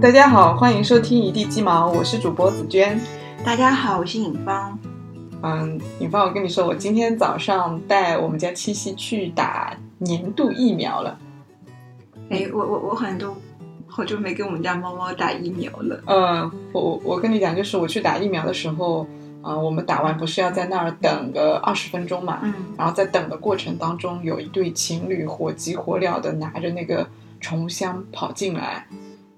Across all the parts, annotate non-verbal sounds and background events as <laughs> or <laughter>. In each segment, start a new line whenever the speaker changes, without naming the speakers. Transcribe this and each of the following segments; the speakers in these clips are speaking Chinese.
大家好，欢迎收听一地鸡毛，我是主播紫娟。
大家好，我是尹芳。
嗯，尹芳，我跟你说，我今天早上带我们家七夕去打年度疫苗了。
哎，我我我好像都好久没给我们家猫猫打疫苗了。
嗯，我我我跟你讲，就是我去打疫苗的时候，啊、我们打完不是要在那儿等个二十分钟嘛？
嗯，
然后在等的过程当中，有一对情侣火急火燎的拿着那个宠物箱跑进来，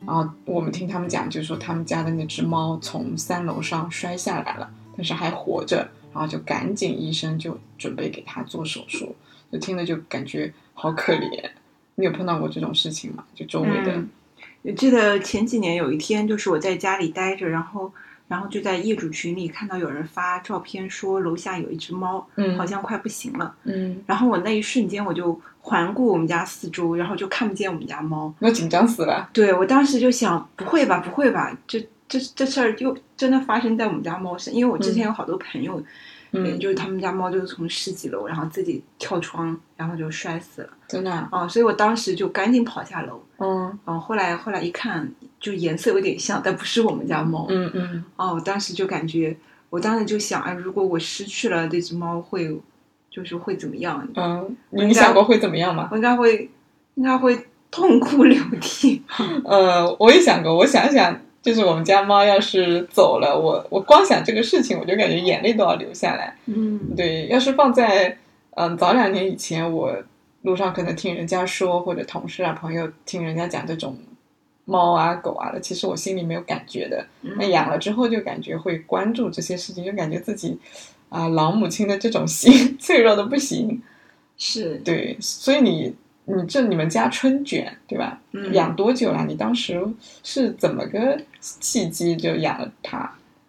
然后我们听他们讲，就是说他们家的那只猫从三楼上摔下来了，但是还活着，然后就赶紧医生就准备给它做手术，就听了就感觉好可怜。你有碰到过这种事情吗？就周围的，
嗯我记得前几年有一天，就是我在家里待着，然后然后就在业主群里看到有人发照片，说楼下有一只猫，
嗯
好像快不行了。
嗯，
然后我那一瞬间我就环顾我们家四周，然后就看不见我们家猫。
我紧张死了。
对我当时就想，不会吧，不会吧，这这这事儿又真的发生在我们家猫身，因为我之前有好多朋友，
嗯，
就是他们家猫就是从十几楼，然后自己跳窗，然后就摔死了
真的啊，
啊，所以我当时就赶紧跑下楼，
嗯
啊，后来后来一看，就颜色有点像，但不是我们家猫，
嗯嗯，
啊，我当时就感觉，我当时就想，哎，如果我失去了这只猫会，就是会怎么样？
嗯，你想过会怎么样吗？
我应该会，应该会痛哭流涕，
呃，我也想过，我想想，就是我们家猫要是走了，我我光想这个事情，我就感觉眼泪都要流下来。
嗯
对，要是放在嗯、早两年以前，我路上可能听人家说，或者同事啊、朋友听人家讲这种猫啊、狗啊的，其实我心里没有感觉的。
嗯
那养了之后，就感觉会关注这些事情，就感觉自己啊、老母亲的这种心 <laughs> 脆弱的不行。
是，
对，所以你你这你们家春卷对吧？
嗯
养多久了？你当时是怎么个契机就养了它？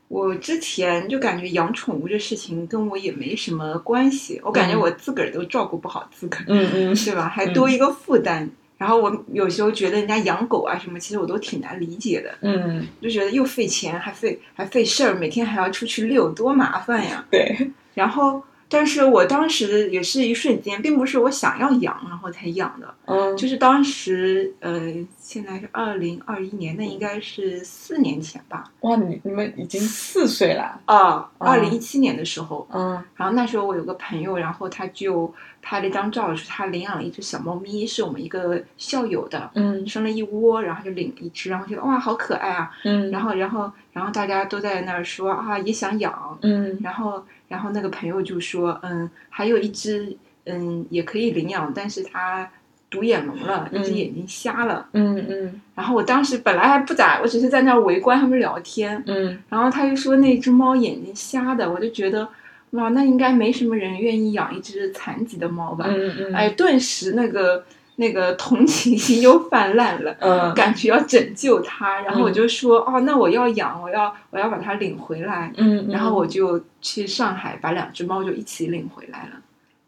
我之前就感觉养宠物这事情跟我也没什么关系，我感觉
嗯
我自个儿都照顾不好自个儿，
嗯嗯
对吧？还多一个负担。然后我有时候觉得人家养狗啊什么，其实我都挺难理解的，
嗯，
就觉得又费钱，还费还费事儿，每天还要出去遛，多麻烦呀。
对，
然后，但是我当时也是一瞬间，并不是我想要养然后才养的，
嗯
就是当时呃，现在是二零二一年，那应该是四年前吧，
哇，你你们已经四岁了，
啊，
嗯
二零一七年的时候，
嗯
然后那时候我有个朋友，然后他就拍了一张照，是他领养了一只小猫咪，是我们一个校友的，
嗯
生了一窝，然后就领了一只，然后觉得哇好可爱啊，
嗯，
然
后
后然后然后大家都在那儿说啊也想养，
嗯
然后然后那个朋友就说嗯还有一只嗯也可以领养，但是它独眼聋了，一只
嗯
眼睛瞎了。
嗯嗯
然后我当时本来还不咋，我只是在那儿围观他们聊天，
嗯
然后他就说那只猫眼睛瞎的，我就觉得哇，那应该没什么人愿意养一只残疾的猫吧？
嗯嗯，
哎，顿时那个那个同情心又泛滥了。
嗯
感觉要拯救它，然后我
嗯
就说、哦，那我要养，我要我要把它领回来，
嗯，
然后我就去上海把两只猫就一起领回来了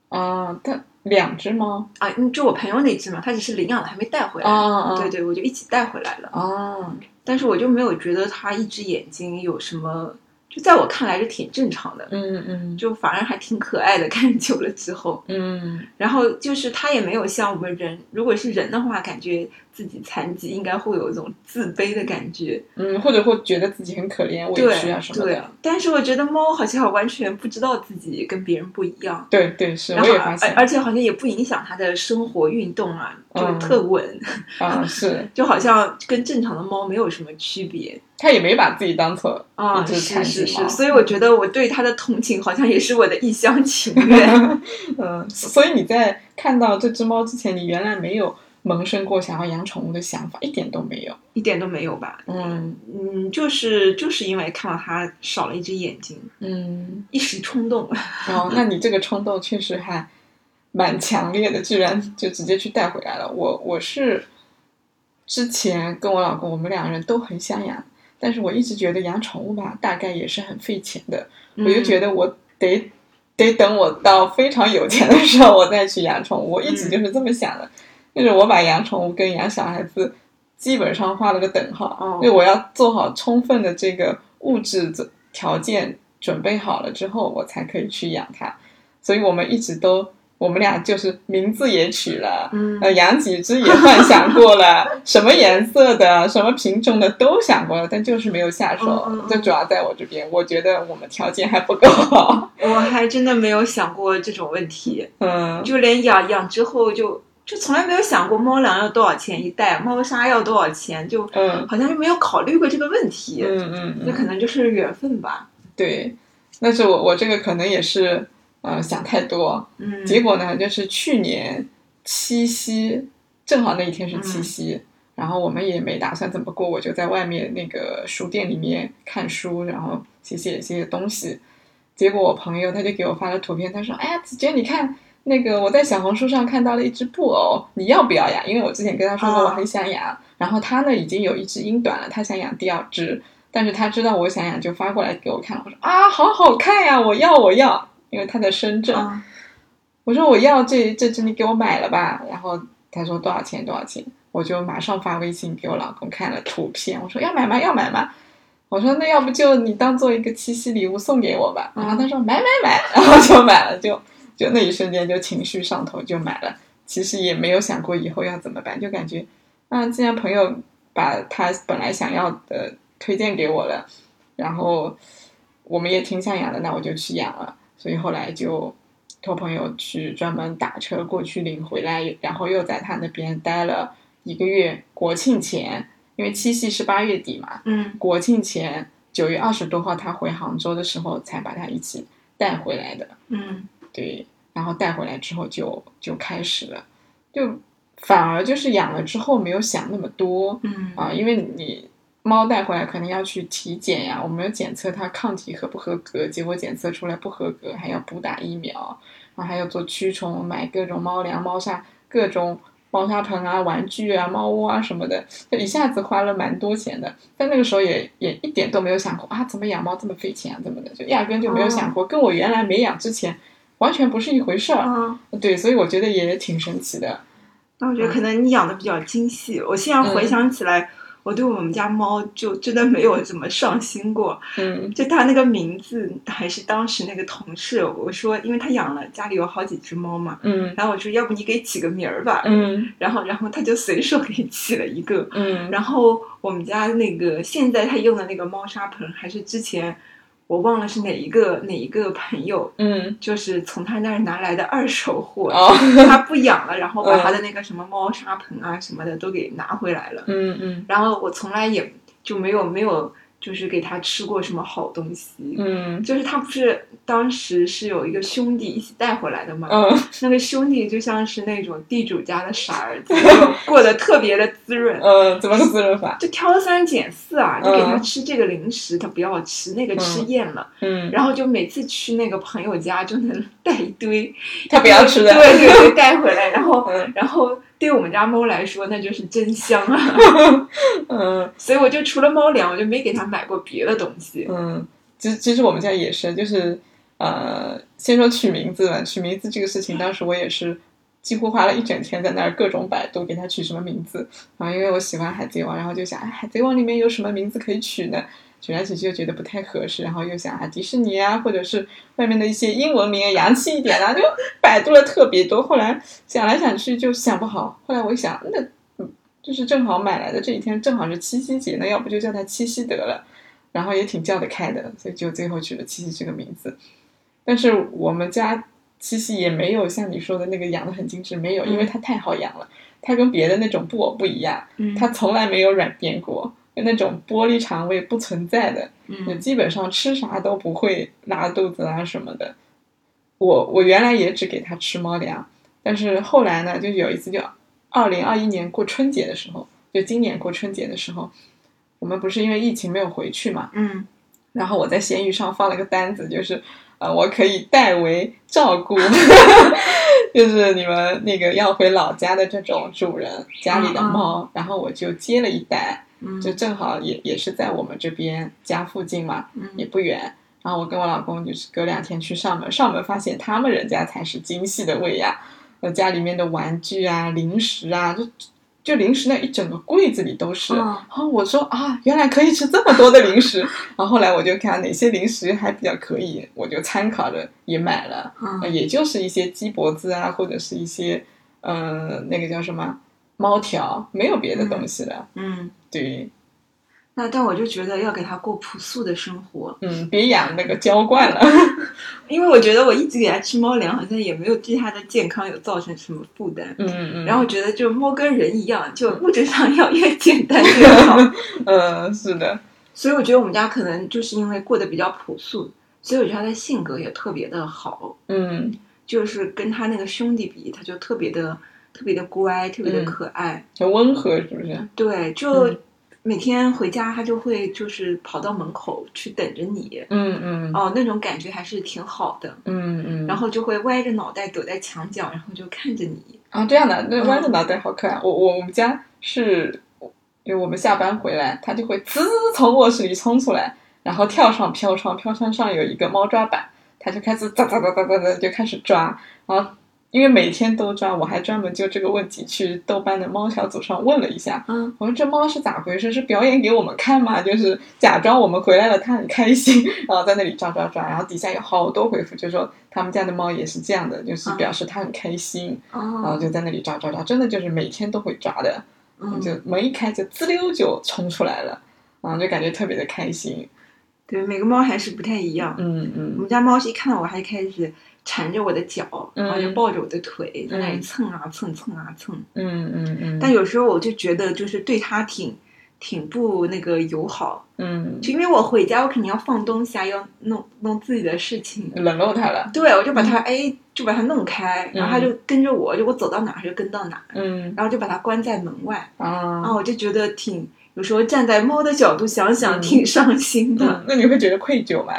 啊，它两只猫
啊，嗯就我朋友那只嘛，它只是领养了还没带回来，
啊啊
对对，我就一起带回来了，
啊，
但是我就没有觉得它一只眼睛有什么，就在我看来是挺正常的，
嗯嗯
就反而还挺可爱的，看久了之后，
嗯
然后就是它也没有像我们人，如果是人的话，感觉自己残疾应该会有一种自卑的感觉，
嗯，或者会觉得自己很可怜、委屈啊什么
对
的。，
但是我觉得猫好像完全不知道自己跟别人不一样，
对啊对是，
然
我
后
也发
而
现
而且好像也不影响它的生活运动啊，就
嗯
特稳，
啊，是
就好像跟正常的猫没有什么区别
它也没把自己当错，
啊。
一只
是
残
是
疾猫
是，所以我觉得我对它的同情好像也是我的一厢情
<laughs>
愿。
嗯，所以你在看到这只猫之前，你原来没有萌生过想要养宠物的想法，一点都没有。
一点都没有吧？
嗯
嗯，就是就是因为看到它少了一只眼睛，
嗯，
一时冲动。
哦，那你这个冲动确实还蛮强烈的，居然就直接去带回来了。我我是之前跟我老公，我们两个人都很想养，但是我一直觉得养宠物吧，大概也是很费钱的，
<laughs>
我就觉
得
得我得得等我到非常有钱的时候，我再去养宠物。我一直就是这么想的，就是我把养宠物跟养小孩子基本上画了个等号，
哦
因为我要做好充分的这个物质条件准备好了之后，我才可以去养它。所以我们一直都我们俩就是名字也取了，
嗯
呃，养几只也幻想过了，什么颜色的、什么品种的都想过了，但就是没有下手。
嗯嗯嗯
这主要在我这边，我觉得我们条件还不够好。
我还真的没有想过这种问题，
嗯，
就连养养之后就就从来没有想过猫粮要多少钱一袋，猫砂要多少钱，就
嗯
好像是没有考虑过这个问题。
嗯嗯，
那
嗯
可能就是缘分吧。
对。但是我我这个可能也是呃想太多，
嗯，
结果呢，就是去年七夕，正好那一天是七夕，然后我们也没打算怎么过，我就在外面那个书店里面看书，然后写写写写东西。结果我朋友他就给我发了图片，他说：“哎呀，子娟，你看那个我在小红书上看到了一只布偶，你要不要呀？”因为我之前跟他说过
哦
我很想养，然后他呢已经有一只英短了，他想养第二只，但是他知道我想养，就发过来给我看。我说：“啊，好好看呀，我要我要。”因为他在深圳，
啊，
我说我要这这只，你给我买了吧。然后他说多少钱多少钱，我就马上发微信给我老公看了图片，我说要买吗要买吗？我说那要不就你当做一个七夕礼物送给我吧。
嗯
然后他说买买买，然后就买了，就就那一瞬间就情绪上头就买了。其实也没有想过以后要怎么办，就感觉啊，既然朋友把他本来想要的推荐给我了，然后我们也挺想养的，那我就去养了。所以后来就托朋友去专门打车过去领回来，然后又在他那边待了一个月。国庆前，因为七夕是八月底嘛，
嗯
国庆前九月二十多号他回杭州的时候才把他一起带回来的。
嗯
对，然后带回来之后就就开始了，就反而就是养了之后没有想那么多
嗯
啊，因为你猫带回来可能要去体检呀，我们要检测它抗体合不合格，结果检测出来不合格，还要补打疫苗，然后还要做驱虫，买各种猫粮、猫砂、各种。猫砂盆啊、玩具啊、猫窝啊什么的，就一下子花了蛮多钱的。但那个时候也也一点都没有想过啊，怎么养猫这么费钱啊，怎么的，就压根就没有想过。跟我原来没养之前，完全不是一回事儿。
啊。
对，所以我觉得也挺神奇的。
那我觉得可能你养的比较精细。我现在回想起来，我对我们家猫就真的没有怎么上心过。
嗯
就它那个名字，还是当时那个同事我说，因为他养了家里有好几只猫嘛，
嗯
然后我说要不你给起个名儿吧，
嗯
然后然后他就随手给起了一个。
嗯
然后我们家那个现在他用的那个猫砂盆，还是之前我忘了是哪一个哪一个朋友，
嗯，
就是从他那儿拿来的二手货，
哦，
他不养了，然后把
嗯
他的那个什么猫砂盆啊什么的都给拿回来了。
嗯嗯
然后我从来也就没有没有就是给他吃过什么好东西。
嗯
就是他不是当时是有一个兄弟一起带回来的嘛，
嗯
那个兄弟就像是那种地主家的傻
<laughs>
儿子，就过得特别的滋润。
嗯，怎么个滋润法？
就挑三拣四啊，就
嗯
给他吃这个零食，他不要吃那个吃厌了，
嗯，
然后就每次去那个朋友家就能 <laughs> 带一堆
<laughs> 他不要吃的。
对对对，带回来，然后
嗯
然后对我们家猫来说那就是真
<laughs>
香啊，
嗯
所以我就除了猫粮，我就没给它买过别的东西。
嗯，其实其实我们家也是，就是呃，先说取名字吧。取名字这个事情，当时我也是几乎花了一整天在那儿各种百度给它取什么名字。然后因为我喜欢海贼王，然后就想，哎，海贼王里面有什么名字可以取呢？取来取去又觉得不太合适，然后又想啊，迪士尼啊，或者是外面的一些英文名啊，洋气一点啊，就百度了特别多。后来想来想去就想不好，后来我一想，那嗯就是正好买来的这一天正好是七夕节，那要不就叫它七夕得了。然后也挺叫得开的，所以就最后取了七夕这个名字。但是我们家七夕也没有像你说的那个养的很精致，没有，因为它太好养了。它跟别的那种布偶不一样，
嗯
它从来没有软便过，那种玻璃肠胃不存在的。也
嗯
基本上吃啥都不会拉肚子啊什么的。我我原来也只给它吃猫粮，但是后来呢，就有一次就二零二一年过春节的时候，就今年过春节的时候，我们不是因为疫情没有回去嘛，
嗯
然后我在闲鱼上放了个单子，就是呃，我可以代为照顾， <laughs> 就是你们那个要回老家的这种主人家里的猫，然后我就接了一单，
嗯
就正好也也是在我们这边家附近嘛，也
嗯
不远。然后我跟我老公就是隔两天去上门，上门发现他们人家才是精细的喂养，呃，家里面的玩具啊、零食啊，就就零食那一整个柜子里都是。
嗯
然后我说啊，原来可以吃这么多的零食。然后后来我就看哪些零食还比较可以，我就参考着也买了，呃
嗯
也就是一些鸡脖子啊，或者是一些呃那个叫什么猫条，没有别的东西了。
嗯，
对，
那但我就觉得要给他过朴素的生活，
嗯，别养那个娇惯
<laughs>
了。 <laughs>
因为我觉得我一直给他吃猫粮，好像也没有对他的健康有造成什么负担。
嗯嗯。
然后我觉得就猫跟人一样，就物质上要越简
<laughs>
单越好。
呃，是的，
所以我觉得我们家可能就是因为过得比较朴素，所以我觉得他的性格也特别的好，
嗯
就是跟他那个兄弟比，他就特别的特别的乖，特别的可爱。
很温和，是不是？
对，就
嗯
每天回家他就会就是跑到门口去等着你，
嗯嗯
哦，那种感觉还是挺好的。
嗯嗯。
然后就会歪着脑袋躲在墙角，然后就看着你。
啊，这样的，那
嗯
弯着脑袋好可爱。我我我们家是，因为我们下班回来，它就会滋从卧室里冲出来，然后跳上飘窗，飘窗上有一个猫抓板，它就开始哒哒哒哒哒哒就开始抓，然后。因为每天都抓，我还专门就这个问题去豆瓣的猫小组上问了一下。
嗯，
我说这猫是咋回事？是表演给我们看吗？就是假装我们回来了，它很开心， <laughs> 然后在那里抓抓抓。然后底下有好多回复，就说他们家的猫也是这样的，就是
嗯
表示它很开心。然后
哦，
就在那里抓抓抓，真的就是每天都会抓的，
嗯，
就门一开就滋溜就冲出来了，然后就感觉特别的开心。
对，每个猫还是不太一样。
嗯
我
嗯
们家猫是一看到我还开始缠着我的脚，
嗯
然后就抱着我的腿在那里
嗯
蹭啊蹭蹭啊蹭。
嗯嗯嗯，
但有时候我就觉得就是对它挺挺不那个友好，
嗯
就因为我回家我肯定要放东西啊，要弄弄自己的事情。
冷落它了。
对，我就把它哎就把它弄开，然后
嗯
它就跟着我，就我走到哪儿它就跟到哪儿，
嗯
然后就把它关在门外。然
啊
后，我就觉得挺。有时候站在猫的角度想想，
嗯
挺伤心的。
嗯那你会觉得愧疚吗？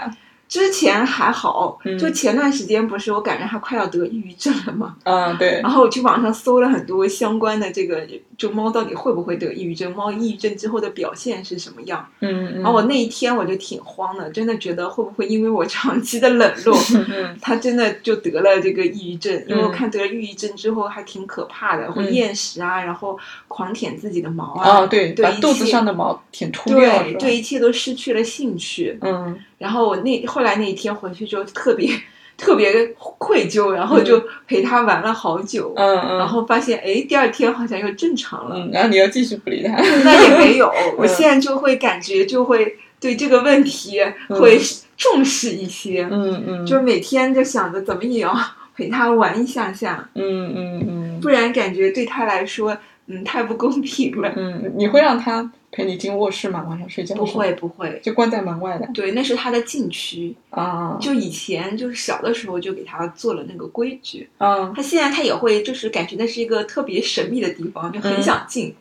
之前还好，
嗯
就前段时间不是我赶上它快要得抑郁症了吗？
嗯，对，
然后我去网上搜了很多相关的这个，就猫到底会不会得抑郁症，猫抑郁症之后的表现是什么样。
嗯嗯，，
然后哦我那一天我就挺慌的，真的觉得会不会因为我长期的冷落
<laughs> 嗯
它真的就得了这个抑郁症？因为我
嗯
看得了抑郁症之后还挺可怕的，会
嗯
厌食啊，然后狂舔自己的毛啊，
啊，对，
对
把
一
肚子
切
上的毛舔秃掉
对
是吧？
对，一切都失去了兴趣。
嗯
然后我那后来那一天回去就特别特别愧疚，然后就陪它玩了好久。
嗯嗯，
然后发现，哎，第二天好像又正常了，
嗯，然后嗯你要继续不理它。
那也没有。我现在就会感觉，就会对这个问题会重视一些，
嗯嗯，
就每天就想着怎么也要 <laughs> 陪他玩一下下，
嗯嗯嗯
不然感觉对他来说，嗯，太不公平了。
嗯，你会让它陪你进卧室吗？晚上睡觉的
不
时候，
会，不会。
就关在门外的
对，那是他的禁区。
啊。
就以前就是小的时候就给他做了那个规矩，
嗯
他现在他也会就是感觉那是一个特别神秘的地方，就很
嗯
想进。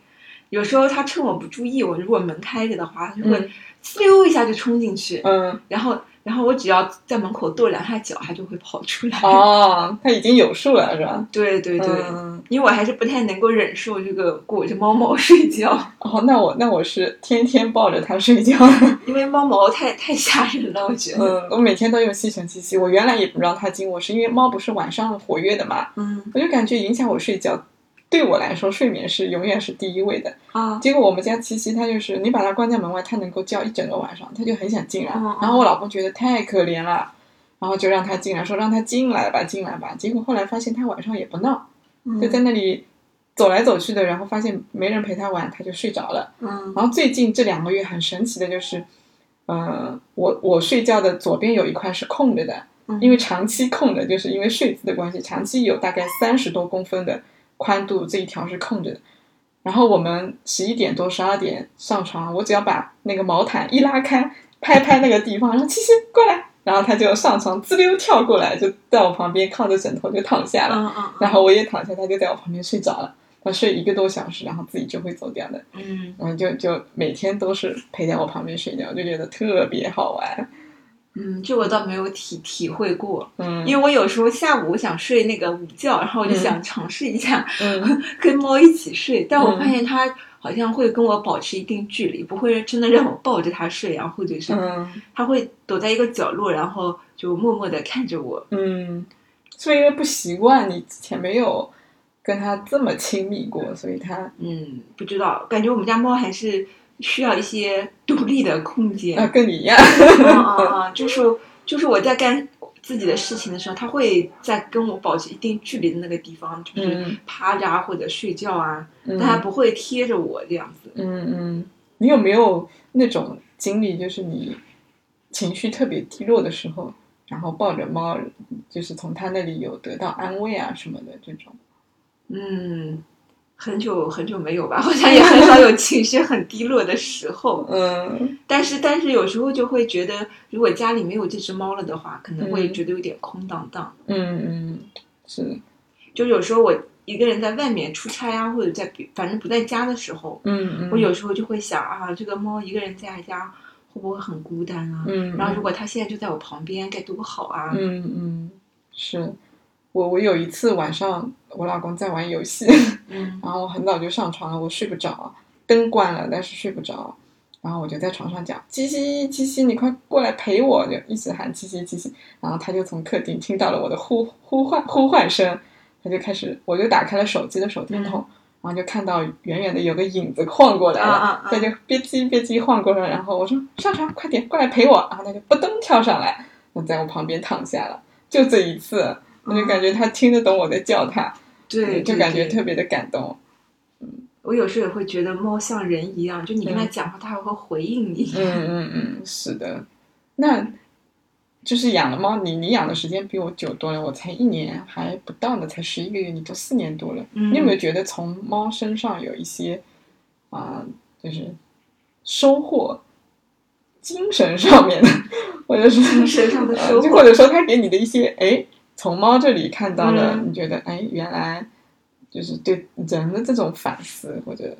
有时候他趁我不注意，我如果门开着的话，他就会
嗯
呲溜一下就冲进去，
嗯，
然后然后我只要在门口跺两下脚，他就会跑出来。
哦，他已经有数了是吧？
对对对。
嗯，
因为我还是不太能够忍受这个裹着猫毛睡觉，
哦，那我那我是天天抱着它睡觉， <laughs>
因为猫毛太太吓人了，我觉
嗯，
得。
我每天都用吸尘器吸。我原来也不让它进卧室，因为猫不是晚上活跃的嘛，
嗯
我就感觉影响我睡觉。对我来说，睡眠是永远是第一位的。
啊，
结果我们家七七，它就是你把它关在门外，它能够叫一整个晚上，它就很想进来
嗯嗯。
然后我老公觉得太可怜了，然后就让它进来，说让它进来吧，进来吧。结果后来发现它晚上也不闹，就在那里走来走去的，然后发现没人陪他玩，他就睡着了。
嗯
然后最近这两个月很神奇的就是，呃，我我睡觉的左边有一块是空着的，
嗯，
因为长期空着，就是因为睡姿的关系，长期有大概三十多公分的宽度这一条是空着的。然后我们十一点多、十二点上床，我只要把那个毛毯一拉开，拍拍那个地方，然后七七过来，然后他就上床滋溜跳过来，就在我旁边靠着枕头就躺下了。
嗯嗯，
然后我也躺下，他就在我旁边睡着了。他睡一个多小时，然后自己就会走掉的。
嗯
然后就就每天都是陪在我旁边睡觉，我就觉得特别好玩。
嗯，这我倒没有体体会过，
嗯，为
因为我有时候下午我想睡那个午觉，然后我就
嗯
想尝试一下
嗯
<laughs> 跟猫一起睡，但我发现它好像会跟我保持一定距离，不会真的让我抱着它睡啊，或者是
嗯
它会躲在一个角落，然后就默默的看着我。
嗯，是不是因为不习惯？你之前没有跟他这么亲密过，所以他
嗯，不知道，感觉我们家猫还是需要一些独立的空间。
啊跟你一样，
<laughs> 啊啊啊！就是就是我在干自己的事情的时候，它会在跟我保持一定距离的那个地方，就是
嗯
趴着啊或者睡觉啊，
嗯
但它不会贴着我这样子。
嗯嗯，你有没有那种经历，就是你情绪特别低落的时候，然后抱着猫，就是从它那里有得到安慰啊什么的这种？
嗯，很久很久没有吧， <laughs> 好
<laughs>
像也很少有情绪很低落的时候。
嗯
但是但是有时候就会觉得，如果家里没有这只猫了的话，可能会
嗯
觉得有点空荡荡。
嗯嗯，是，
就有时候我一个人在外面出差啊，或者在别反正不在家的时候，
嗯嗯，
我有时候就会想啊，这个猫一个人在家会不会很孤单啊？
嗯，
然后如果它现在就在我旁边，该多好啊！
嗯嗯是。我我有一次晚上，我老公在玩游戏， <laughs>
嗯
然后我很早就上床了，我睡不着，灯关了，但是睡不着。然后我就在床上讲：“七七七七，你快过来陪我！”就一直喊“七七七七”，然后他就从客厅听到了我的呼呼唤呼唤声，他就开始，我就打开了手机的手电筒，然后就看到远远的有个影子晃过来了，
嗯啊啊啊
他就别急别急晃过来，然后我说：“上床，快点过来陪我！”然后他就扑噔跳上来，我在我旁边躺下了，就这一次，我就感觉他听得懂我在叫他，
对，
就
对
感觉
对
特别的感动。
我有时候也会觉得猫像人一样，就你跟它
嗯
讲话，它还会回应你。
嗯嗯嗯，是的。那就是养了猫，你你养的时间比我久多了，我才一年还不到呢，才十一个月，你都四年多了。
嗯
你有没有觉得从猫身上有一些啊、就是收获，精神上面的，或者是
精神上的
呃
收
就
获
或者说它给你的一些哎，从猫这里看到了，
嗯
你觉得哎，原来就是对人的这种反思，或者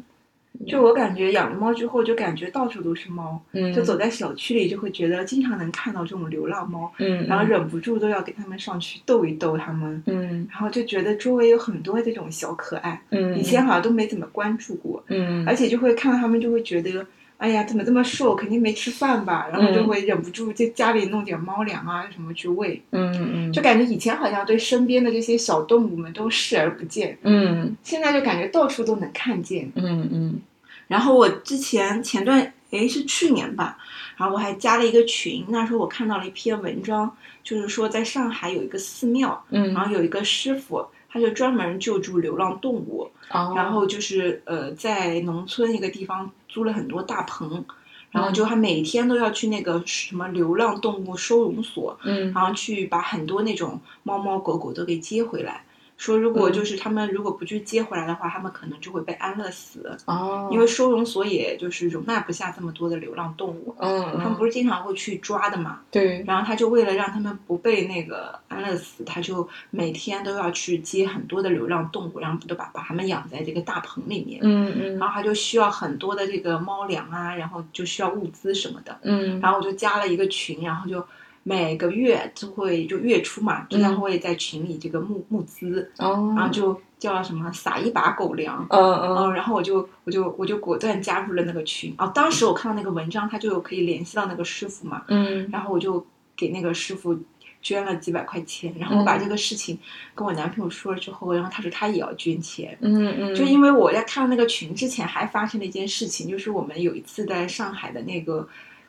就我感觉养了猫之后，就感觉到处都是猫，
嗯，
就走在小区里就会觉得经常能看到这种流浪猫，
嗯，
然后忍不住都要给它们上去逗一逗它们，
嗯
然后就觉得周围有很多这种小可爱，
嗯，
以前好像都没怎么关注过，
嗯
而且就会看到它们就会觉得。哎呀，怎么这么瘦？肯定没吃饭吧？然
嗯
后就会忍不住在家里弄点猫粮啊什么去喂，
嗯嗯
就感觉以前好像对身边的这些小动物们都视而不见，
嗯
现在就感觉到处都能看见。
嗯嗯
然后我之前前段诶是去年吧，然后我还加了一个群，那时候我看到了一篇文章，就是说在上海有一个寺庙，
嗯，
然后有一个师傅，他就专门救助流浪动物，
后
然后就是呃在农村一个地方租了很多大棚。然后就他每天都要去那个什么流浪动物收容所，
嗯
然后去把很多那种猫猫狗狗都给接回来。说如
嗯
果就是他们如果不去接回来的话，他们可能就会被安乐死。
哦，
因为收容所也就是容纳不下这么多的流浪动物，
嗯
他们
嗯
不是经常会去抓的嘛。
对
然后他就为了让他们不被那个安乐死，他就每天都要去接很多的流浪动物，然后都把把他们养在这个大棚里面。
嗯嗯
然后他就需要很多的这个猫粮啊，然后就需要物资什么的。
嗯
然后我就加了一个群，然后就每个月就会就月初嘛，就他会在群里这个募募资，
哦
然后就叫什么撒一把狗粮，
嗯嗯
嗯，然后我就我就我就果断加入了那个群啊。当时我看到那个文章，他就有可以联系到那个师傅嘛，
嗯
然后我就给那个师傅捐了几百块钱。然后我把这个事情跟我男朋友说了之后，然后他说他也要捐钱。
嗯嗯，
就因为我在看那个群之前，还发生了一件事情，就是我们有一次在上海的那个，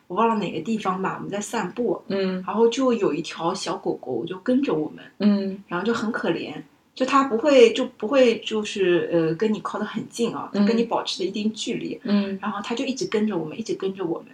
我忘了哪个地方吧，我们在散步，
嗯
然后就有一条小狗狗就跟着我们，
嗯
然后就很可怜，就它不会就不会就是呃跟你靠得很近啊，它跟你
嗯
保持着一定距离，
嗯
然后它就一直跟着我们，一直跟着我们，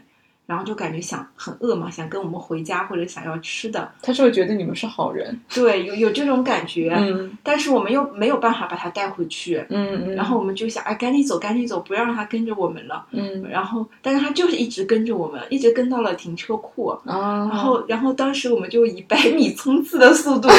然后就感觉想很饿嘛，想跟我们回家或者想要吃的，
他是会觉得你们是好人，
对，有有这种感觉，
嗯
但是我们又没有办法把它带回去。
嗯嗯，
然后我们就想，哎，赶紧走，赶紧走，不要让它跟着我们了。
嗯
然后，但是它就是一直跟着我们，一直跟到了停车库。
啊，
然后，然后当时我们就以百米冲刺的速
<laughs>
度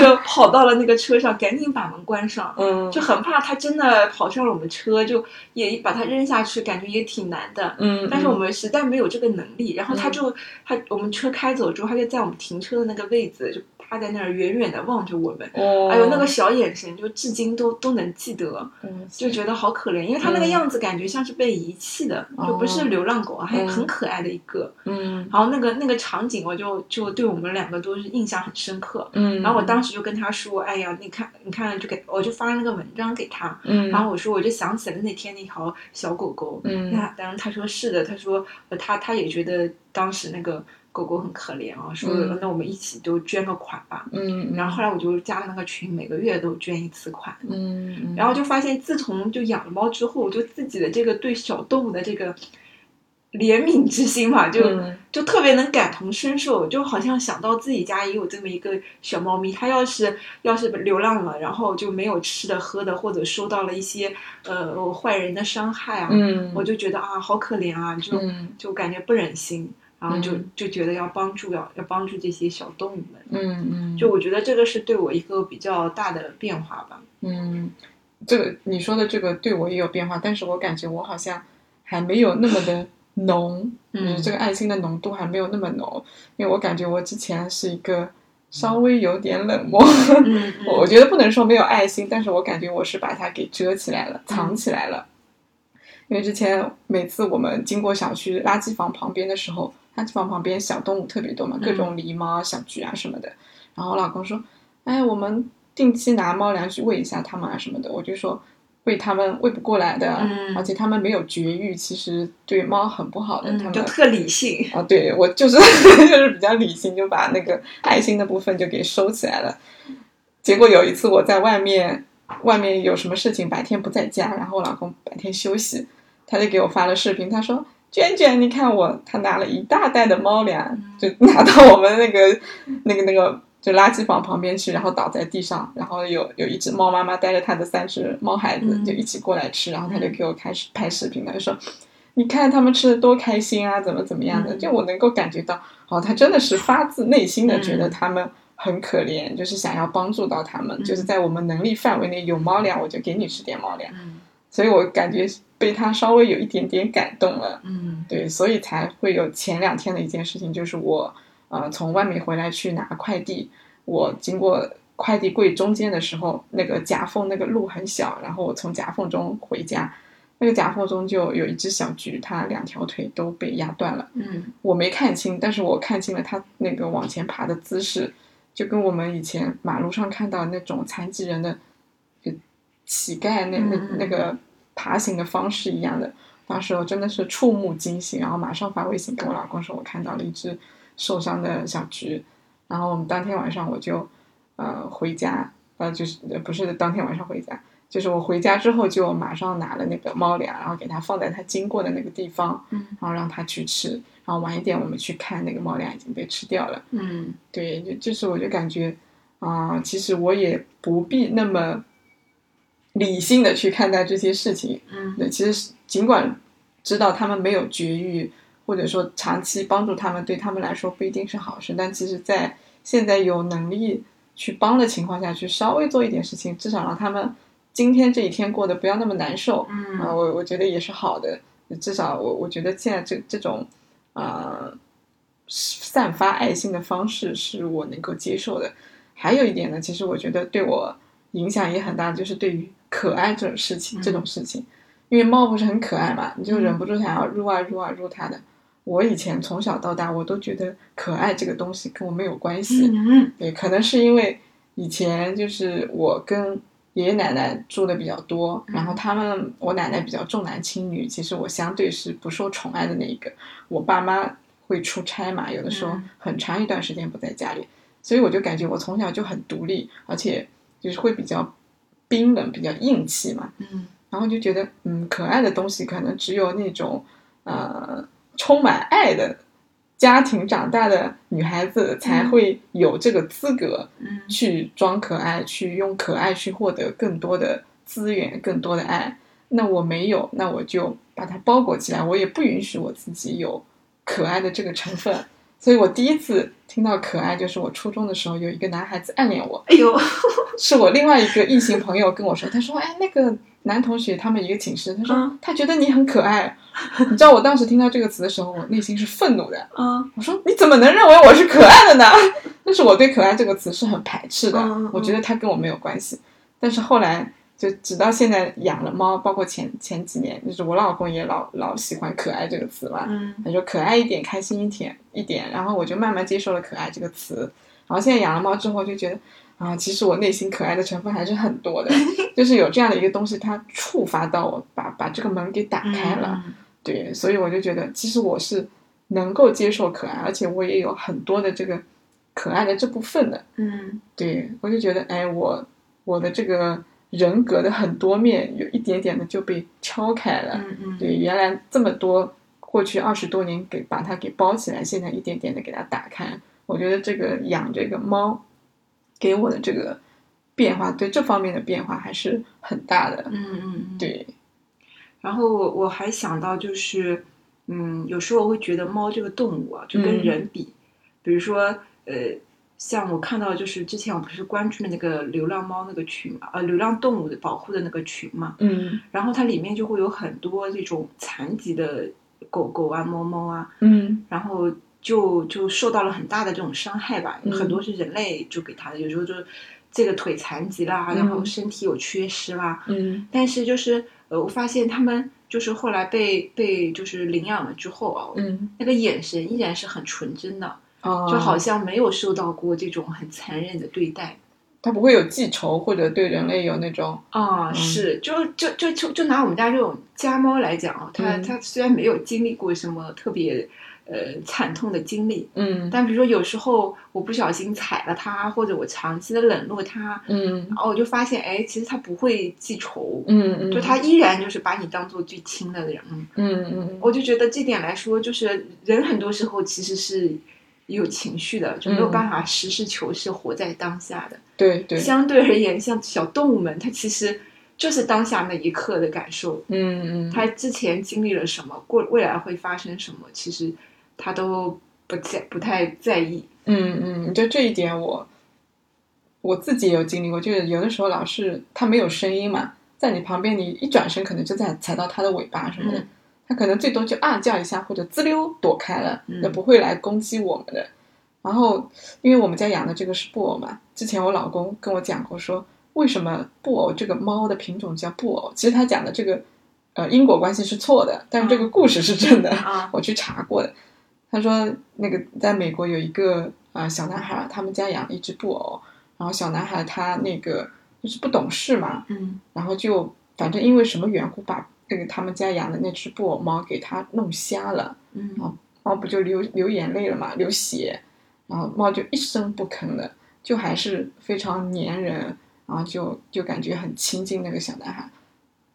就跑到了那个车上，赶紧把门关上，
嗯
就很怕它真的跑上了我们车，就也把它扔下去，感觉也挺难的。
嗯，
但是我们实在没有这个能力，然后它
嗯
就它我们车开走之后，它就在我们停车的那个位置就趴在那儿远远的望着我们，
哦
哎呦那个小眼神就至今都都能记得，
嗯
就觉得好可怜，因为它那个样子感觉像是被遗弃的，
哦
就不是流浪狗，啊还
嗯
很可爱的一个。
嗯
然后那个那个场景，我就就对我们两个都是印象很深刻。
嗯，
然后我当时就跟他说：“哎呀，你看，你看，就给我就发了那个文章给他。
嗯，
然后我说，我就想起了那天那条小狗狗。
嗯
那然后他说是的，他说呃他他也觉得当时那个狗狗很可怜啊，说、
嗯
那我们一起都捐个款吧。
嗯，
然后后来我就加了那个群，每个月都捐一次款。
嗯，
然后就发现，自从就养了猫之后，我就自己的这个对小动物的这个怜悯之心嘛，就、
嗯
就特别能感同身受，就好像想到自己家也有这么一个小猫咪，它要是要是流浪了，然后就没有吃的喝的，或者受到了一些呃坏人的伤害啊，
嗯，
我就觉得啊好可怜啊，就、
嗯
就感觉不忍心，然后就
嗯
就觉得要帮助要要帮助这些小动物们，
嗯嗯，
就我觉得这个是对我一个比较大的变化吧。
嗯，这个你说的这个对我也有变化，但是我感觉我好像还没有那么的浓，就是这个爱心的浓度还没有那么浓，因为我感觉我之前是一个稍微有点冷漠，
嗯，嗯
<laughs> 我我觉得不能说没有爱心，但是我感觉我是把它给遮起来了，
嗯
藏起来了。因为之前每次我们经过小区垃圾房旁边的时候，垃圾房旁边小动物特别多嘛，
嗯
各种狸猫啊、小菊啊什么的。然后我老公说：“哎，我们定期拿猫粮去喂一下它们啊什么的。”我就说：“喂它们喂不过来的，
嗯
而且它们没有绝育，其实对猫很不好的。它
就
们
特理性。
啊，对我就是 <laughs> 就是比较理性，就把那个爱心的部分就给收起来了。结果有一次我在外面，外面有什么事情，白天不在家，然后我老公白天休息，他就给我发了视频，他说：“娟娟，你看我，他拿了一大袋的猫粮，就拿到我们那个那个那个就垃圾房旁边去，然后倒在地上，然后有有一只猫妈妈带着它的三只猫孩子
嗯
就一起过来吃，然后他就给我开始拍视频，他就说。”你看他们吃的多开心啊，怎么怎么样的，
嗯
就我能够感觉到，哦，他真的是发自内心的
嗯
觉得他们很可怜，就是想要帮助到他们，
嗯
就是在我们能力范围内有猫粮，我就给你吃点猫粮，
嗯
所以我感觉被他稍微有一点点感动了，
嗯
对，所以才会有前两天的一件事情，就是我呃从外面回来去拿快递，我经过快递柜中间的时候，那个夹缝那个路很小，然后我从夹缝中回家，那个夹缝中就有一只小菊，它两条腿都被压断了，
嗯
我没看清，但是我看清了它那个往前爬的姿势，就跟我们以前马路上看到那种残疾人的就乞丐那那
嗯嗯
那个爬行的方式一样的。当时我真的是触目惊心，然后马上发微信给我老公说，我看到了一只受伤的小菊。然后我们当天晚上我就呃回家，呃就是呃不是当天晚上回家，就是我回家之后就马上拿了那个猫粮，然后给它放在它经过的那个地方。
嗯
然后让它去吃，然后晚一点我们去看那个猫粮已经被吃掉了。
嗯
对，就就是我就感觉，啊、其实我也不必那么理性的去看待这些事情。
嗯
对，其实是尽管知道他们没有绝育，或者说长期帮助他们对他们来说不一定是好事，但其实在现在有能力去帮的情况下去稍微做一点事情，至少让他们今天这一天过得不要那么难受。啊、
嗯
我我觉得也是好的，至少我我觉得现在这这种，呃，散发爱心的方式是我能够接受的。还有一点呢，其实我觉得对我影响也很大，就是对于可爱这种事情，这
嗯
种事情，因为猫不是很可爱嘛，你就忍不住想要撸啊撸啊撸它的。我以前从小到大，我都觉得可爱这个东西跟我没有关系，
嗯
对，可能是因为以前就是我跟爷爷奶奶住的比较多，然后他们我奶奶比较重男轻女，其实我相对是不受宠爱的那一个。我爸妈会出差嘛，有的时候
嗯
很长一段时间不在家里，所以我就感觉我从小就很独立，而且就是会比较冰冷、比较硬气嘛。
嗯
然后就觉得，嗯，可爱的东西可能只有那种，呃，充满爱的家庭长大的女孩子才会有这个资格
嗯
去装可爱，去用可爱去获得更多的资源、更多的爱。那我没有，那我就把它包裹起来，我也不允许我自己有可爱的这个成分。所以我第一次听到可爱，就是我初中的时候，有一个男孩子暗恋我，
哎呦，
是我另外一个异性朋友跟我说，他说：“哎，那个男同学他们一个寝室，他说、
嗯
他觉得你很可爱。”你知道我当时听到这个词的时候，我内心是愤怒的。
嗯
我说：“你怎么能认为我是可爱的呢？” <laughs> 但是我对“可爱”这个词是很排斥的，
嗯嗯
我觉得它跟我没有关系。但是后来就直到现在养了猫，包括前前几年，就是我老公也老老喜欢“可爱”这个词嘛，
嗯
他说可爱一点，开心一点一点，然后我就慢慢接受了“可爱”这个词。然后现在养了猫之后，就觉得啊，其实我内心可爱的成分还是很多的，就是有这样的一个东西，它触发到我，把把这个门给打开了。
嗯
对，所以我就觉得，其实我是能够接受可爱，而且我也有很多的这个可爱的这部分的。
嗯
对我就觉得，哎，我我的这个人格的很多面，有一点点的就被敲开了。
嗯嗯，
对，原来这么多，过去二十多年给把它给包起来，现在一点点的给它打开。我觉得这个养这个猫，给我的这个变化，对这方面的变化还是很大的。
嗯嗯嗯，
对，
然后我我还想到就是，嗯，有时候我会觉得猫这个动物啊，就跟
嗯
人比，比如说呃，像我看到就是之前我不是关注了那个流浪猫那个群嘛，呃，流浪动物的保护的那个群嘛，
嗯
然后它里面就会有很多这种残疾的狗狗啊、猫猫啊，
嗯
然后。就就受到了很大的这种伤害吧，
嗯
很多是人类就给它的，有时候就这个腿残疾啦，然后
嗯
身体有缺失啦，
嗯
但是就是呃，我发现他们就是后来被被就是领养了之后啊，
嗯，
那个眼神依然是很纯真的，
哦，
就好像没有受到过这种很残忍的对待。
它不会有记仇或者对人类有那种
啊、
嗯
是，就就就就就拿我们家这种家猫来讲啊，它、
嗯
它虽然没有经历过什么特别呃惨痛的经历，
嗯
但比如说有时候我不小心踩了它，或者我长期的冷落它，
嗯
然后我就发现，哎，其实它不会记仇，
嗯嗯，
就它依然就是把你当做最亲的人。
嗯嗯
我就觉得这点来说，就是人很多时候其实是有情绪的，就没有
嗯
办法实事求是活在当下的。
对对
相对而言，像小动物们，它其实就是当下那一刻的感受，
嗯嗯
它之前经历了什么，过未来会发生什么，其实它都不在不太在意。
嗯嗯，就这一点我我自己也有经历过，就是有的时候老是它没有声音嘛，在你旁边你一转身可能就在踩到它的尾巴什么的
嗯，
它、可能最多就啊叫一下或者滋溜躲开了，
嗯
也不会来攻击我们的。然后因为我们家养的这个是布偶嘛，之前我老公跟我讲过说，为什么布偶这个猫的品种叫布偶？其实他讲的这个呃因果关系是错的，但是这个故事是真的。
啊，
我去查过的。他说，那个在美国有一个啊、呃小男孩，他们家养了一只布偶，然后小男孩他那个就是不懂事嘛，
嗯
然后就反正因为什么缘故把那个他们家养的那只布偶猫给他弄瞎了，
嗯
猫不就流流眼泪了嘛，流血，然后猫就一声不吭的，就还是非常粘人，然后就就感觉很亲近那个小男孩，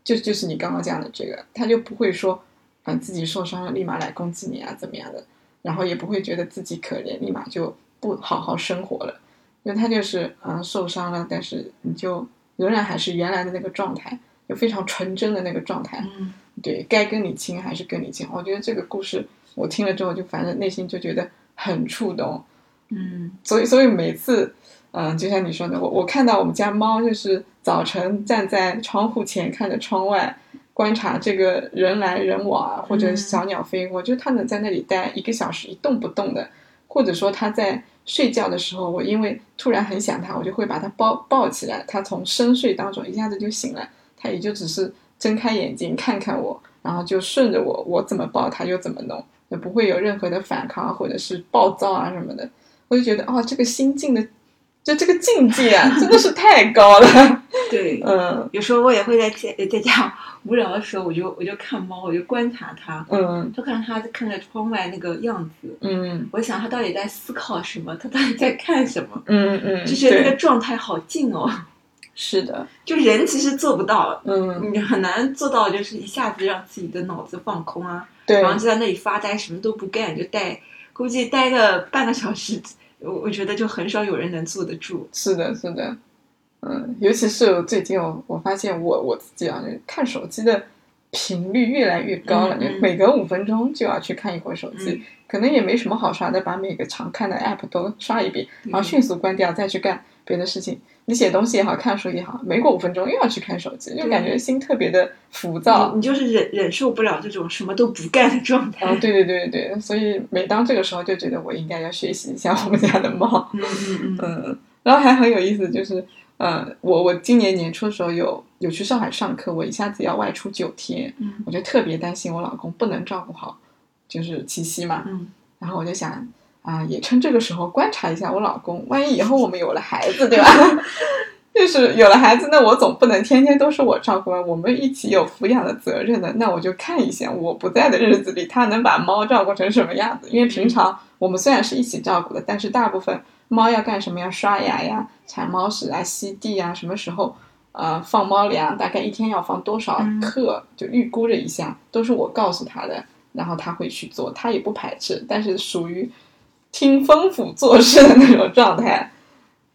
就就是你刚刚讲的这个，他就不会说，嗯、自己受伤了立马来攻击你啊怎么样的，然后也不会觉得自己可怜，立马就不好好生活了，因为他就是嗯、受伤了，但是你就仍然还是原来的那个状态，就非常纯真的那个状态，
嗯
对该跟你亲还是跟你亲。我觉得这个故事我听了之后，就反正内心就觉得很触动。
嗯
所以，所以每次，嗯、就像你说的，我我看到我们家猫就是早晨站在窗户前看着窗外，观察这个人来人往啊，或者
嗯
小鸟飞过，就它能在那里待一个小时一动不动的，或者说它在睡觉的时候，我因为突然很想它，我就会把它抱抱起来，它从深睡当中一下子就醒来，它也就只是睁开眼睛看看我，然后就顺着我，我怎么抱它就怎么弄，也不会有任何的反抗啊或者是暴躁啊什么的。我就觉得哦，这个心境的，就这个境界啊，真的是太高了。 <laughs>
对。
嗯
有时候我也会在家在家无聊的时候，我就我就看猫，我就观察它，
嗯
就看它看着窗外那个样子，
嗯
我想他到底在思考什么，他到底在看什么，
嗯嗯，
就觉得那个
对，
状态好近哦。
是的，
就人其实做不到，
嗯，
你很难做到，就是一下子让自己的脑子放空啊，
对
然后就在那里发呆，什么都不干，就待，估计待个半个小时，我我觉得就很少有人能坐得住。
是的，是的，嗯，尤其是最近我我发现我我自己啊，就是看手机的频率越来越高了，
嗯
就
嗯
每隔五分钟就要去看一会儿手机，
嗯
可能也没什么好刷的，把每个常看的 app 都刷一遍，
嗯
然后迅速关掉，再去干别的事情，你写东西也好看书也好，没过五分钟又要去看手机，就
对嗯
感觉心特别的浮躁。
你你就是忍忍受不了这种什么都不干的状态。
然后对对对对对，所以每当这个时候就觉得我应该要学习一下我们家的猫。
嗯嗯嗯，
嗯，然后还很有意思，就是呃，我我今年年初的时候有有去上海上课，我一下子要外出九天，
嗯
我就特别担心我老公不能照顾好，就是七夕嘛。
嗯，
然后我就想啊、也趁这个时候观察一下我老公，万一以后我们有了孩子，
<laughs>
对吧？就是有了孩子，那我总不能天天都是我照顾啊，我们一起有抚养的责任的。那我就看一下我不在的日子里，他能把猫照顾成什么样子？因为平常我们虽然是一起照顾的，但是大部分猫要干什么呀？刷牙呀、铲猫屎啊、吸地呀，什么时候？呃，放猫粮大概一天要放多少
嗯
克，就预估着一下，都是我告诉他的。然后他会去做，他也不排斥，但是属于听吩咐做事的那种状态。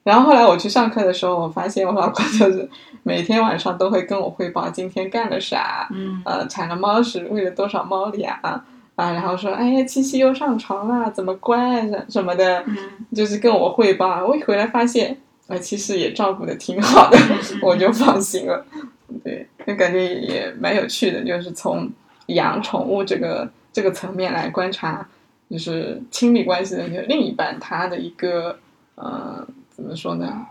然后后来我去上课的时候，我发现我老公就是每天晚上都会跟我汇报今天干了啥，
嗯
呃，铲了猫屎，喂了多少猫粮啊，然后说，哎呀，七夕又上床了，怎么乖什什么的，
嗯，
就是跟我汇报。我一回来发现，呃，其实也照顾的挺好的， <laughs> 我就放心了。对，就感觉也蛮有趣的，就是从养宠物这个这个层面来观察，就是亲密关系的另一半他的一个呃怎么说呢，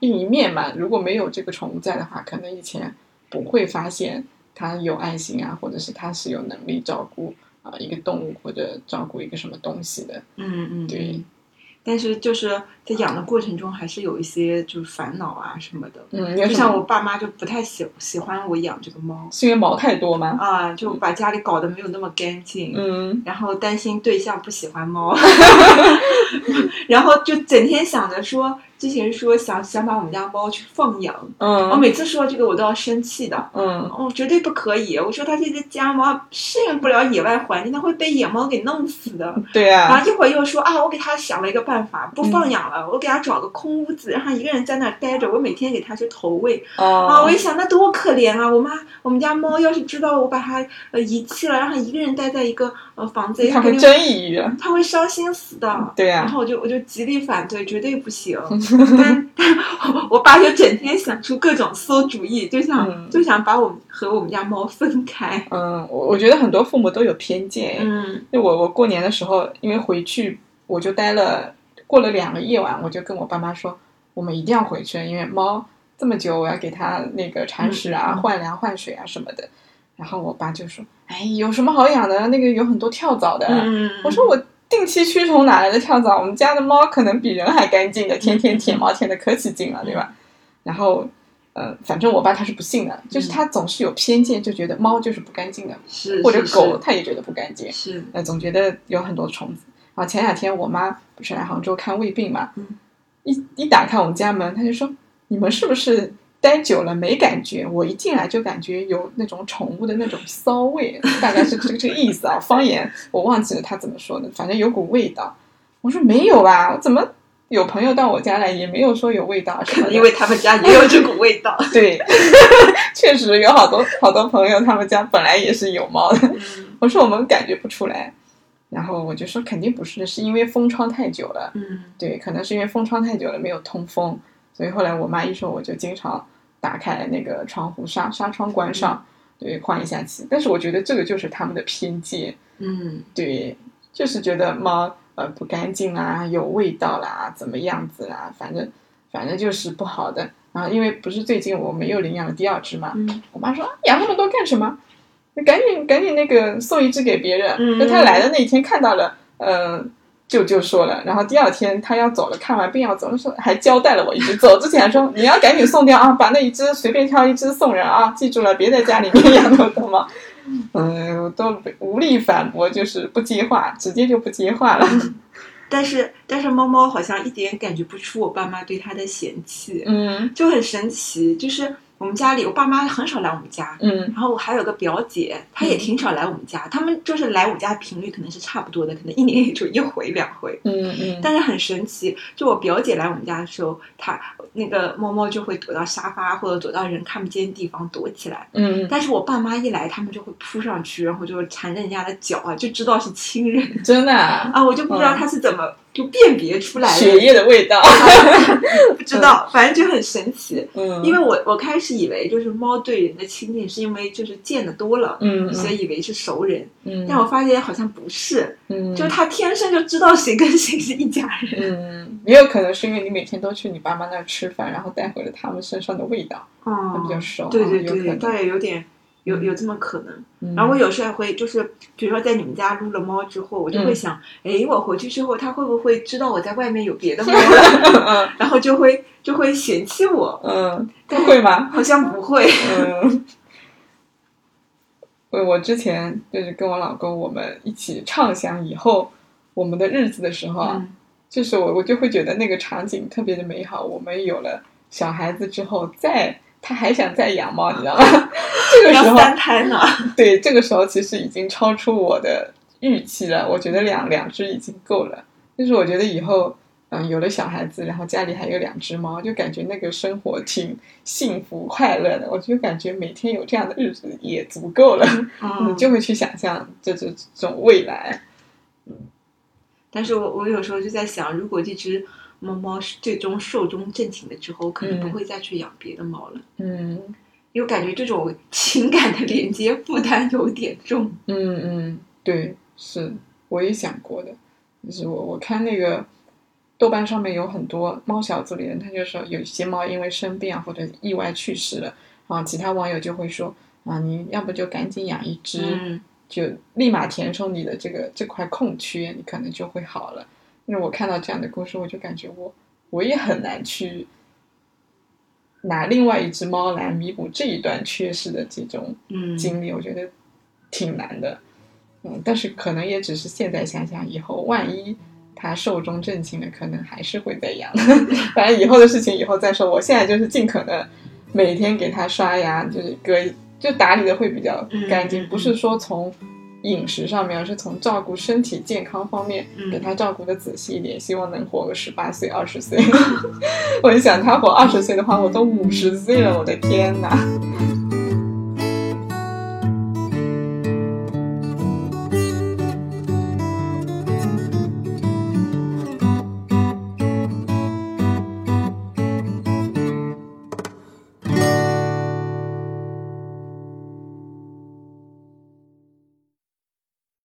另一面嘛。如果没有这个宠物在的话，可能以前不会发现他有爱心啊，或者是他是有能力照顾啊、一个动物或者照顾一个什么东西的。
嗯嗯，
对。
但是就是在养的过程中，还是有一些就是烦恼啊什么的。
嗯，
就
就
像
像
我
我
爸妈就不太喜喜欢我养这个猫
是因为毛太多吗？
啊，就把家里搞得没有那么干净，
嗯，
然后担心对象不喜欢猫， <laughs> 然后就整天想着说，之前说想想把我们家猫去放养，我
嗯
每次说这个我都要生气的。
嗯
哦，绝对不可以！我说它这只家猫适应不了野外环境，它会被野猫给弄死的。
对呀、
然后一会儿又说啊，我给它想了一个办法，不放养了，我给它找个空屋子，让它一个人在那儿待着，我每天给它去投喂。啊，
哦
我一想那多可怜啊！我妈，我们家猫要是知道我把它呃遗弃了，让它一个人待在一个呃房子里，
他
肯
会
定
真抑郁。
它会伤心死的。
啊对呀、啊
然后我就我就极力反对，绝对不
<laughs>
行。但但我爸就整天想出各种馊主意，就想、
嗯
就想把我们和我们家猫分开。
嗯，我我觉得很多父母都有偏见。
嗯
就我我过年的时候，因为回去我就待了，过了两个夜晚，我就跟我爸妈说，我们一定要回去，因为猫这么久，我要给它那个铲屎啊、
嗯嗯
换粮、换水啊什么的。然后我爸就说：“哎，有什么好养的？那个有很多跳蚤的。啊
嗯，
我说我定期驱虫哪来的跳蚤？我们家的猫可能比人还干净的，天天舔毛舔的可起劲了，对吧？然后，呃，反正我爸他是不信的，就是他总是有偏见，就觉得猫就是不干净的，
是
或者
是
狗他也觉得不干净，
是
呃，总觉得有很多虫子。然后前两天我妈不是来杭州看胃病嘛，
嗯
一一打开我们家门，她就说：“你们是不是待久了没感觉？我一进来就感觉有那种宠物的那种骚味，大概是这个这个意思啊。方言我忘记了她怎么说的，反正有股味道。”我说：“没有啊，我怎么有朋友到我家来也没有说有味道啊什么的。”
因为他们家也有这股味
<laughs>
道。 <laughs>
对，确实有好多好多朋友他们家本来也是有猫的。
嗯
我说我们感觉不出来，然后我就说肯定不是，是因为封窗太久了，
嗯
对，可能是因为封窗太久了没有通风，所以后来我妈一说我就经常打开那个窗户纱纱窗关上，对，换一下气。但是我觉得这个就是他们的偏见，
嗯
对，就是觉得猫呃不干净啦，有味道啦，怎么样子啦，反正反正就是不好的。然后因为不是最近我们又领养了第二只嘛，
嗯
我妈说啊养那么多干什么？你赶紧赶紧那个送一只给别人。
嗯
就她来的那一天看到了，呃，舅舅说了，然后第二天她要走了，看完病要走了，说还交代了我一句，走之前还说你要赶紧送掉啊，把那一只随便挑一只送人啊，记住了，别在家里面 <laughs> 养那么多猫。嗯，我都无力反驳，就是不接话，直接就不接话了。
但是但是猫猫好像一点感觉不出我爸妈对它的嫌弃，
嗯
就很神奇。就是我们家里，我爸妈很少来我们家，
嗯
然后我还有个表姐，她也
嗯
挺少来我们家，他们就是来我家频率可能是差不多的，可能一年也就一回两回。
嗯嗯，
但是很神奇，就我表姐来我们家的时候，她那个猫猫就会躲到沙发或者躲到人看不见的地方躲起来。
嗯，
但是我爸妈一来，他们就会扑上去，然后就缠着人家的脚啊，就知道是亲人 <laughs>
真的啊、
啊，我就不知道他是怎么就辨别出来
血
了，
液的味道。
不知道，反正就很神奇。
嗯，
因为我我开始以为就是猫对人的亲近是因为就是见的多了，
嗯
所以以为是熟人，
嗯，
但我发现好像不是，
嗯
就是它天生就知道谁跟谁是一家人。
嗯，也有可能是因为你每天都去你爸妈那儿吃饭，然后带回了他们身上的味道，
哦
它比较熟啊。
对对
有可
对，
能
倒也有点有有这么可能。
嗯
然后我有时候还会就是，比如说在你们家撸了猫之后，我就会
嗯
想，诶，我回去之后它会不会知道我在外面有 <laughs> 别的猫了，然后就会就会嫌弃我。
嗯，不会吗？
好像不会，
嗯， <laughs> 我我之前就是跟我老公我们一起畅想以后我们的日子的时候
<laughs>
啊，
嗯
就是我我就会觉得那个场景特别的美好。我们有了小孩子之后再。他还想再养猫，你知道
<laughs>
吗？这个时
要
候，
三胎呢。
<laughs> 对，这个时候其实已经超出我的预期了。我觉得两两只已经够了，就是我觉得以后，嗯，有了小孩子，然后家里还有两只猫，就感觉那个生活挺幸福快乐的。我就感觉每天有这样的日子也足够了， <laughs> 你
嗯，
就会去想象这这这种未来。
但是我我有时候就在想，如果这只猫猫是最终寿终正寝了之后，可能
嗯
不会再去养别的猫了，
嗯
因为感觉这种情感的连接负担有点重。
嗯嗯，对，是我也想过的，就是我我看那个。豆瓣上面有很多猫小组里人，他就说有一些猫因为生病啊或者意外去世了，啊，其他网友就会说啊，你要不就赶紧养一只，
嗯
就立马填充你的这个这块空缺，你可能就会好了。那我看到这样的故事，我就感觉我我也很难去拿另外一只猫来弥补这一段缺失的这种
嗯，
经历，我觉得挺难的。嗯，但是可能也只是现在想想，以后万一他寿终正寝了，可能还是会再养。 <laughs> 反正以后的事情以后再说。我现在就是尽可能每天给他刷牙，就是隔就打理的会比较干净，
嗯嗯嗯
不是说从饮食上面，而是从照顾身体健康方面
嗯
给他照顾的仔细一点，希望能活个十八岁、 <laughs> 二
嗯
十岁。我一想他活二十岁的话，我都五十岁了，我的天哪！